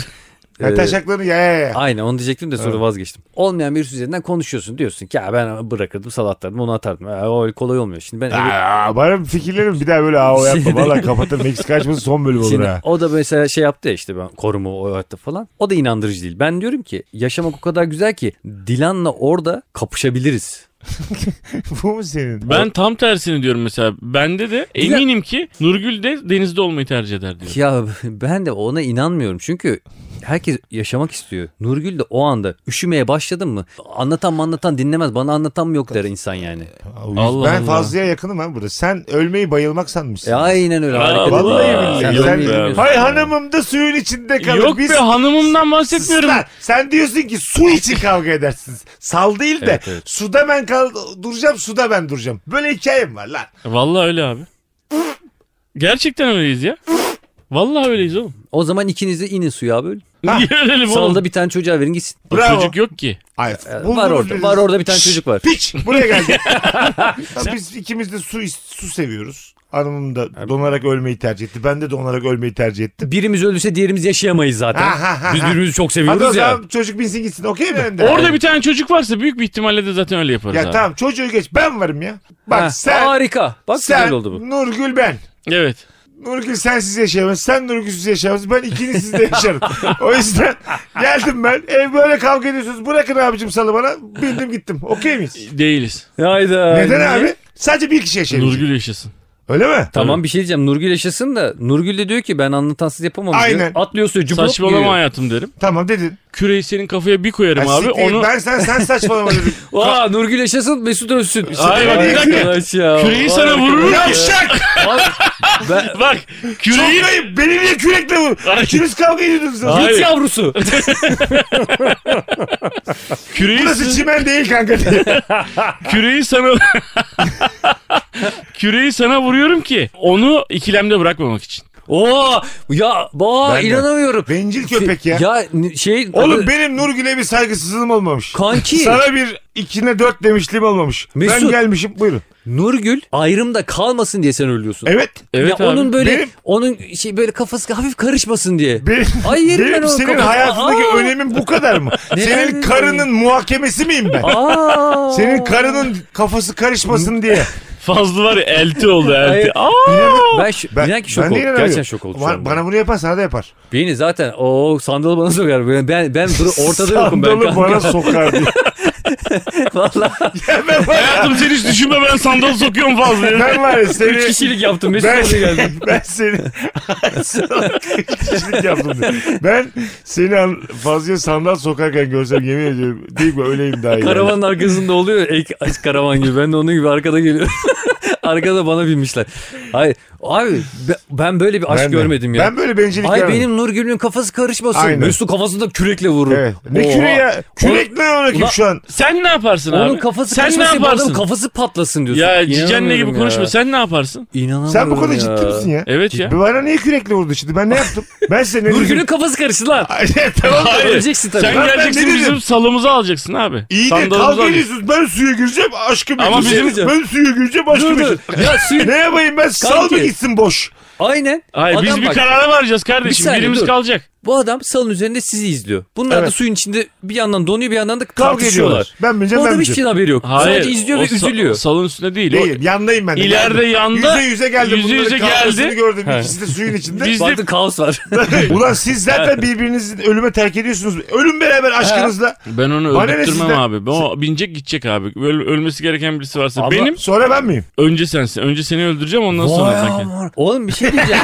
Ya
e,
taşaklarını ya ya ya.
Aynen onu diyecektim de sonra
Evet.
vazgeçtim. Olmayan birisi üzerinden konuşuyorsun diyorsun ki ya ben bırakırdım salatlardım onu atardım. Ya, o öyle kolay olmuyor. Şimdi ben eve-
Hani
Aa, bana fikirlerim bir daha böyle ao yapma.
Şimdi-
Valla kapatır. Meksika açması son bölüm olur
Şimdi
ha.
o da mesela şey yaptı ya işte ben koruma o hayatta falan. O da inandırıcı değil. Ben diyorum ki yaşamak o kadar güzel ki Dilan'la orada kapışabiliriz.
Bu mu senin?
Ben tam tersini diyorum mesela. Bende de
Dilan-
eminim ki Nurgül de denizde olmayı tercih eder diyor.
Ya ben de ona inanmıyorum. Çünkü herkes yaşamak istiyor. Nurgül de o anda üşümeye başladın mı? Anlatan mı anlatan dinlemez. Bana anlatan mı yok der insan yani.
Allah
ben
Allah.
fazlaya yakınım ha burada. Sen ölmeyi bayılmak sanmışsın.
E, aynen öyle.
Aa,
hareket
Vallahi
ediyor.
Aa,
billahi.
Sen
yok
Sen-
be abi.
bilmiyorsun.
Hay hanımım da suyun içinde kalır.
Yok be hanımımdan bahsetmiyorum.
Lan, sen diyorsun ki su için kavga edersiniz. Sal değil de
Evet, evet.
suda ben kal- duracağım suda ben duracağım. Böyle hikayem var lan.
Vallahi öyle abi. Gerçekten öyleyiz ya. Vallahi öyleyiz oğlum.
O zaman ikiniz de inin suya abi. öyle.
Niye ölelim oğlum?
Salda bir tane çocuğa verin gitsin.
O
Bravo.
Çocuk yok ki.
Ay,
Ee,
buldunuz
Var orada.
birini.
Var orada bir tane çocuk var.
Piç buraya geldi. Lan Biz ikimiz de su is- su seviyoruz. Hanımım da donarak ölmeyi tercih etti. Ben de donarak ölmeyi tercih ettim.
Birimiz ölürse diğerimiz yaşayamayız zaten.
Ha, ha, ha,
Biz
ha.
birbirimizi çok
Hadi o
seviyoruz ya.
zaman çocuk binsin gitsin okey mi önde?
Orada bir tane çocuk varsa büyük bir ihtimalle de zaten öyle yaparız
Ya
abi.
tamam çocuğu geç ben varım ya. Bak
Ha,
sen
Harika. Bak
sen
güzel oldu bu.
Nurgül ben.
Evet.
Nurgül sensiz yaşayamaz. Sen Nurgül'süz yaşayamaz. Ben ikinizsiz de yaşarım. o yüzden geldim ben. Ev böyle kavga ediyorsunuz. Bırakın abicim salı bana. Bildim gittim. Okey miyiz?
Değiliz.
Hayda.
Neden
niye?
abi? Sadece bir kişi yaşayabilecek.
Nurgül yaşasın.
Öyle mi?
Tamam bir şey diyeceğim. Nurgül yaşasın da Nurgül de diyor ki ben anlatansız yapamam
Aynen.
diyor. Atlıyor suya cumhur
Saçmalama hayatım derim.
Tamam dedin.
Küreyi senin kafaya bir koyarım
Ha,
abi.
siktir git.
Onu
Ben sen sen saçmalama dedim.
Aa Nurgül yaşasın Mesut ölsün.
Ay, bak, bir dakika.
Arkadaş ya.
Küreği
Vay
sana vururum
arkadaş.
Yavşak!
Ben...
bak
Çok
küreği
ayıp. Beni niye kürekle vur?
Ay.
İkiniz kavga ediyordunuz.
Ay.
Git
Hayır.
yavrusu.
küreği,
Burası çimen değil kanka diye.
küreği sana küreği sana vuruyorum ki onu ikilemde bırakmamak için.
Oo ya ba
Ben de.
inanamıyorum.
Bencil köpek ya.
Ya n- şey
Oğlum benim Nurgül'e bir saygısızlığım olmamış.
kanki
Sana bir ikine dört demişliğim olmamış. Ben
Mesut.
gelmişim buyurun.
Nurgül ayrımda kalmasın diye sen ölüyorsun.
Evet.
Evet
ya
abi.
onun böyle
Benim-
onun şey böyle kafası hafif karışmasın diye.
Benim,
Ay yerim
benim
ben o
senin
kafayı.
hayatındaki
Aa!
önemin bu kadar mı? senin
Neden?
karının muhakemesi miyim ben?
Aa.
Senin karının kafası karışmasın diye.
Fazla var ya elti oldu elti.
Hayır.
Aa!
ben, ş-
Ben,
inan ki şok
ben de
oldum.
inanamıyorum.
Gerçekten şok oldum. şu
Ba-
anda.
Bana bunu yapan sana da yapar.
Beni zaten o sandalı bana sokar. Ben ben, ben dur- ortada yokum ben.
Sandalı
kanka.
bana sokar diye.
Vallahi
Ya ben var ya,
Hayatım sen hiç düşünme ben sandal sokuyorum fazla.
ben var ya seni...
üç kişilik yaptım. Mesut
Ben,
oraya geldi.
ben seni Sana kişilik yaptım diye. Ben seni an- fazla sandal sokarken görsem yemin ediyorum değil mi öyleyim daha iyi.
Karavanın arkasında oluyor. Ek, aç karavan gibi. Ben de onun gibi arkada geliyorum. arkada bana binmişler. Hayır. Abi be- ben böyle bir aşk
Ben de.
görmedim ya.
Ben böyle bencillik
Ay
görmedim.
benim Nurgül'ün kafası karışmasın.
Aynen.
Mesut kafasında kürekle vurur.
Evet. Ne
Oha.
küre ya? Kürek ne ona kim
Ulan-
şu an?
Sen ne yaparsın abi?
Onun kafası
sen ne
karışmasın. bu adamın
yaparsın?
kafası patlasın diyorsun.
Ya cicenle gibi
İnanamıyorum
konuşma.
ya.
Sen ne yaparsın?
İnanamıyorum
Sen bu konuda
ya.
ciddi misin ya?
Evet ya.
Bir Bana niye kürekle vurdu şimdi? Ben ne yaptım? Ben seni...
Nurgül'ün kafası karıştı lan.
Ay, tamam.
Hayır.
Öleceksin tabii.
Sen
Ben- ben
geleceksin
ne dedim?
bizim salımızı alacaksın abi.
İyi de
Sandalımızı
kavga
alacaksın.
ediyorsunuz. Ben suya gireceğim aşkım
Ama
Ama
bizim-
Ben suya gireceğim aşkım
Dur
için.
dur. Ya suyun
Ne yapayım ben? Sal mı
Kanki.
gitsin boş?
Aynen.
Hayır
adam
biz bir
bak,
karara varacağız kardeşim.
Bir saniye,
Birimiz
dur.
kalacak.
Bu adam salın üzerinde sizi izliyor. Bunlar da
Evet.
suyun içinde bir yandan donuyor bir yandan da
Kavga
tartışıyorlar.
ediyorlar. Ben
Bu
bineceğim ben
adam hiçbir
bineceğim.
şeyden haberi yok.
Hayır.
Sadece izliyor
o
ve
sa-
üzülüyor.
salın üstünde değil. o-
Değil yandayım ben de.
şey- İleride yanda-
Yüze yüze geldim.
Yüze
Bunların
yüze
kavgasını
geldi.
gördüm.
He.
İkisi de suyun içinde.
Biz-
Baktı kaos var.
Ulan siz zaten birbirinizi ölüme terk ediyorsunuz. Ölüm beraber aşkınızla.
Ben onu
Bana ne
öldürtmem
sizden-
abi. Ben o binecek gidecek abi. Öl- ölmesi gereken birisi varsa.
Ama-
Benim
Sonra ben miyim?
önce sensin. Önce seni öldüreceğim ondan sonra
Vay
sanki.
aman. Oğlum bir şey diyeceğim.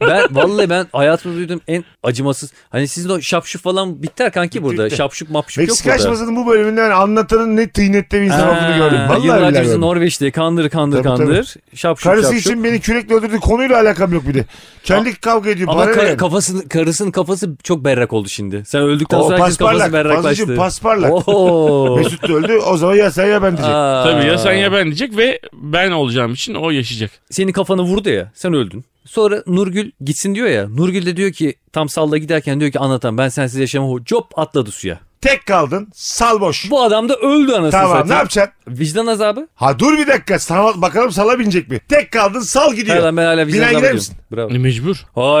ben vallahi ben hayatımda duyduğum en acımasız. Hani sizin o şapşup falan biter kanki burada.
Bitti.
Şapşup mapşup yok
Meksika
burada.
açmasının bu bölümünde ben anlatanın ne tıynette bir insan olduğunu
Ha,
gördüm. Vallahi billahi
Yıllarca bizi
gördüm.
Norveç'te kandır kandır
Tabii, tabii.
kandır. Şapşup
Karısı
şapşup.
için beni kürekle öldürdü. Konuyla alakam yok bir de. Kendi kavga ediyor.
Ama
bana ne
kar-
yani?
kafasının karısının kafası çok berrak oldu şimdi. Sen öldükten
O
sonra herkes kafası
pasparlak. Fazlıcığım
berraklaştı.
pasparlak.
Oo.
Mesut da öldü. O zaman ya sen ya ben diyecek.
Aa.
Tabii ya sen ya ben diyecek ve ben olacağım için o yaşayacak.
Senin kafanı vurdu ya. Sen öldün. Sonra Nurgül gitsin diyor ya. Nurgül de diyor ki tam salla giderken diyor ki anlatan ben sensiz yaşamam. Cop atladı suya.
Tek kaldın. Sal boş.
Bu adam da öldü anasını
Tamam ne
satayım.
yapacaksın?
Vicdan azabı.
Ha dur bir dakika. Sana, bakalım sala binecek mi? Tek kaldın sal gidiyor.
Hayır lan ben hala vicdan
Bina
azabı
gider
diyorum.
misin?
Bravo.
E, Mecbur.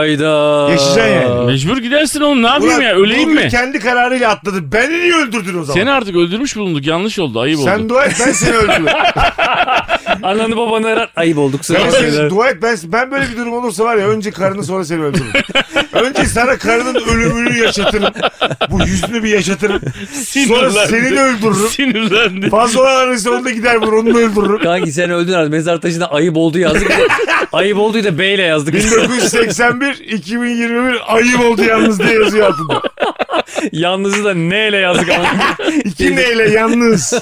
Hayda.
Yaşayacaksın yani.
Mecbur gidersin oğlum ne yapayım
Ulan
ya öleyim
Nurgül
mi?
kendi kararıyla atladı. Beni niye öldürdün o zaman?
Seni artık öldürmüş bulunduk yanlış oldu ayıp
sen
oldu.
dua et ben seni öldürdüm.
Ananı babanı arar. Ayıp
Ben
olduk kusura
seni-
bakmayın.
dua et ben, ben böyle bir durum olursa var ya önce karını sonra seni öldürürüm. önce sana karının ölümünü yaşatırım. Bu yüzünü bir yaşatırım. Sonra
Sinirlendi.
seni de öldürürüm.
Sinirlendi.
Fazla olan arası onu da gider vurur onu da öldürürüm.
Kanki sen öldün artık. Mezar taşına ayıp oldu yazdık. ayıp oldu da beyle yazdık.
1981 2021 ayıp oldu yalnız diye yazıyor altında.
Yalnızı da neyle yazdık ama.
İki neyle yalnız.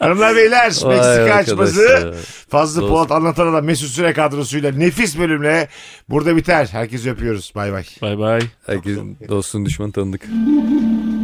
Hanımlar beyler Meksika açması Fazlı
Doğru.
Polat anlatan adam Mesut Süre kadrosuyla nefis bölümle burada biter. Herkesi öpüyoruz. Bay bay.
Bay bay.
Herkesin dostun düşman tanıdık.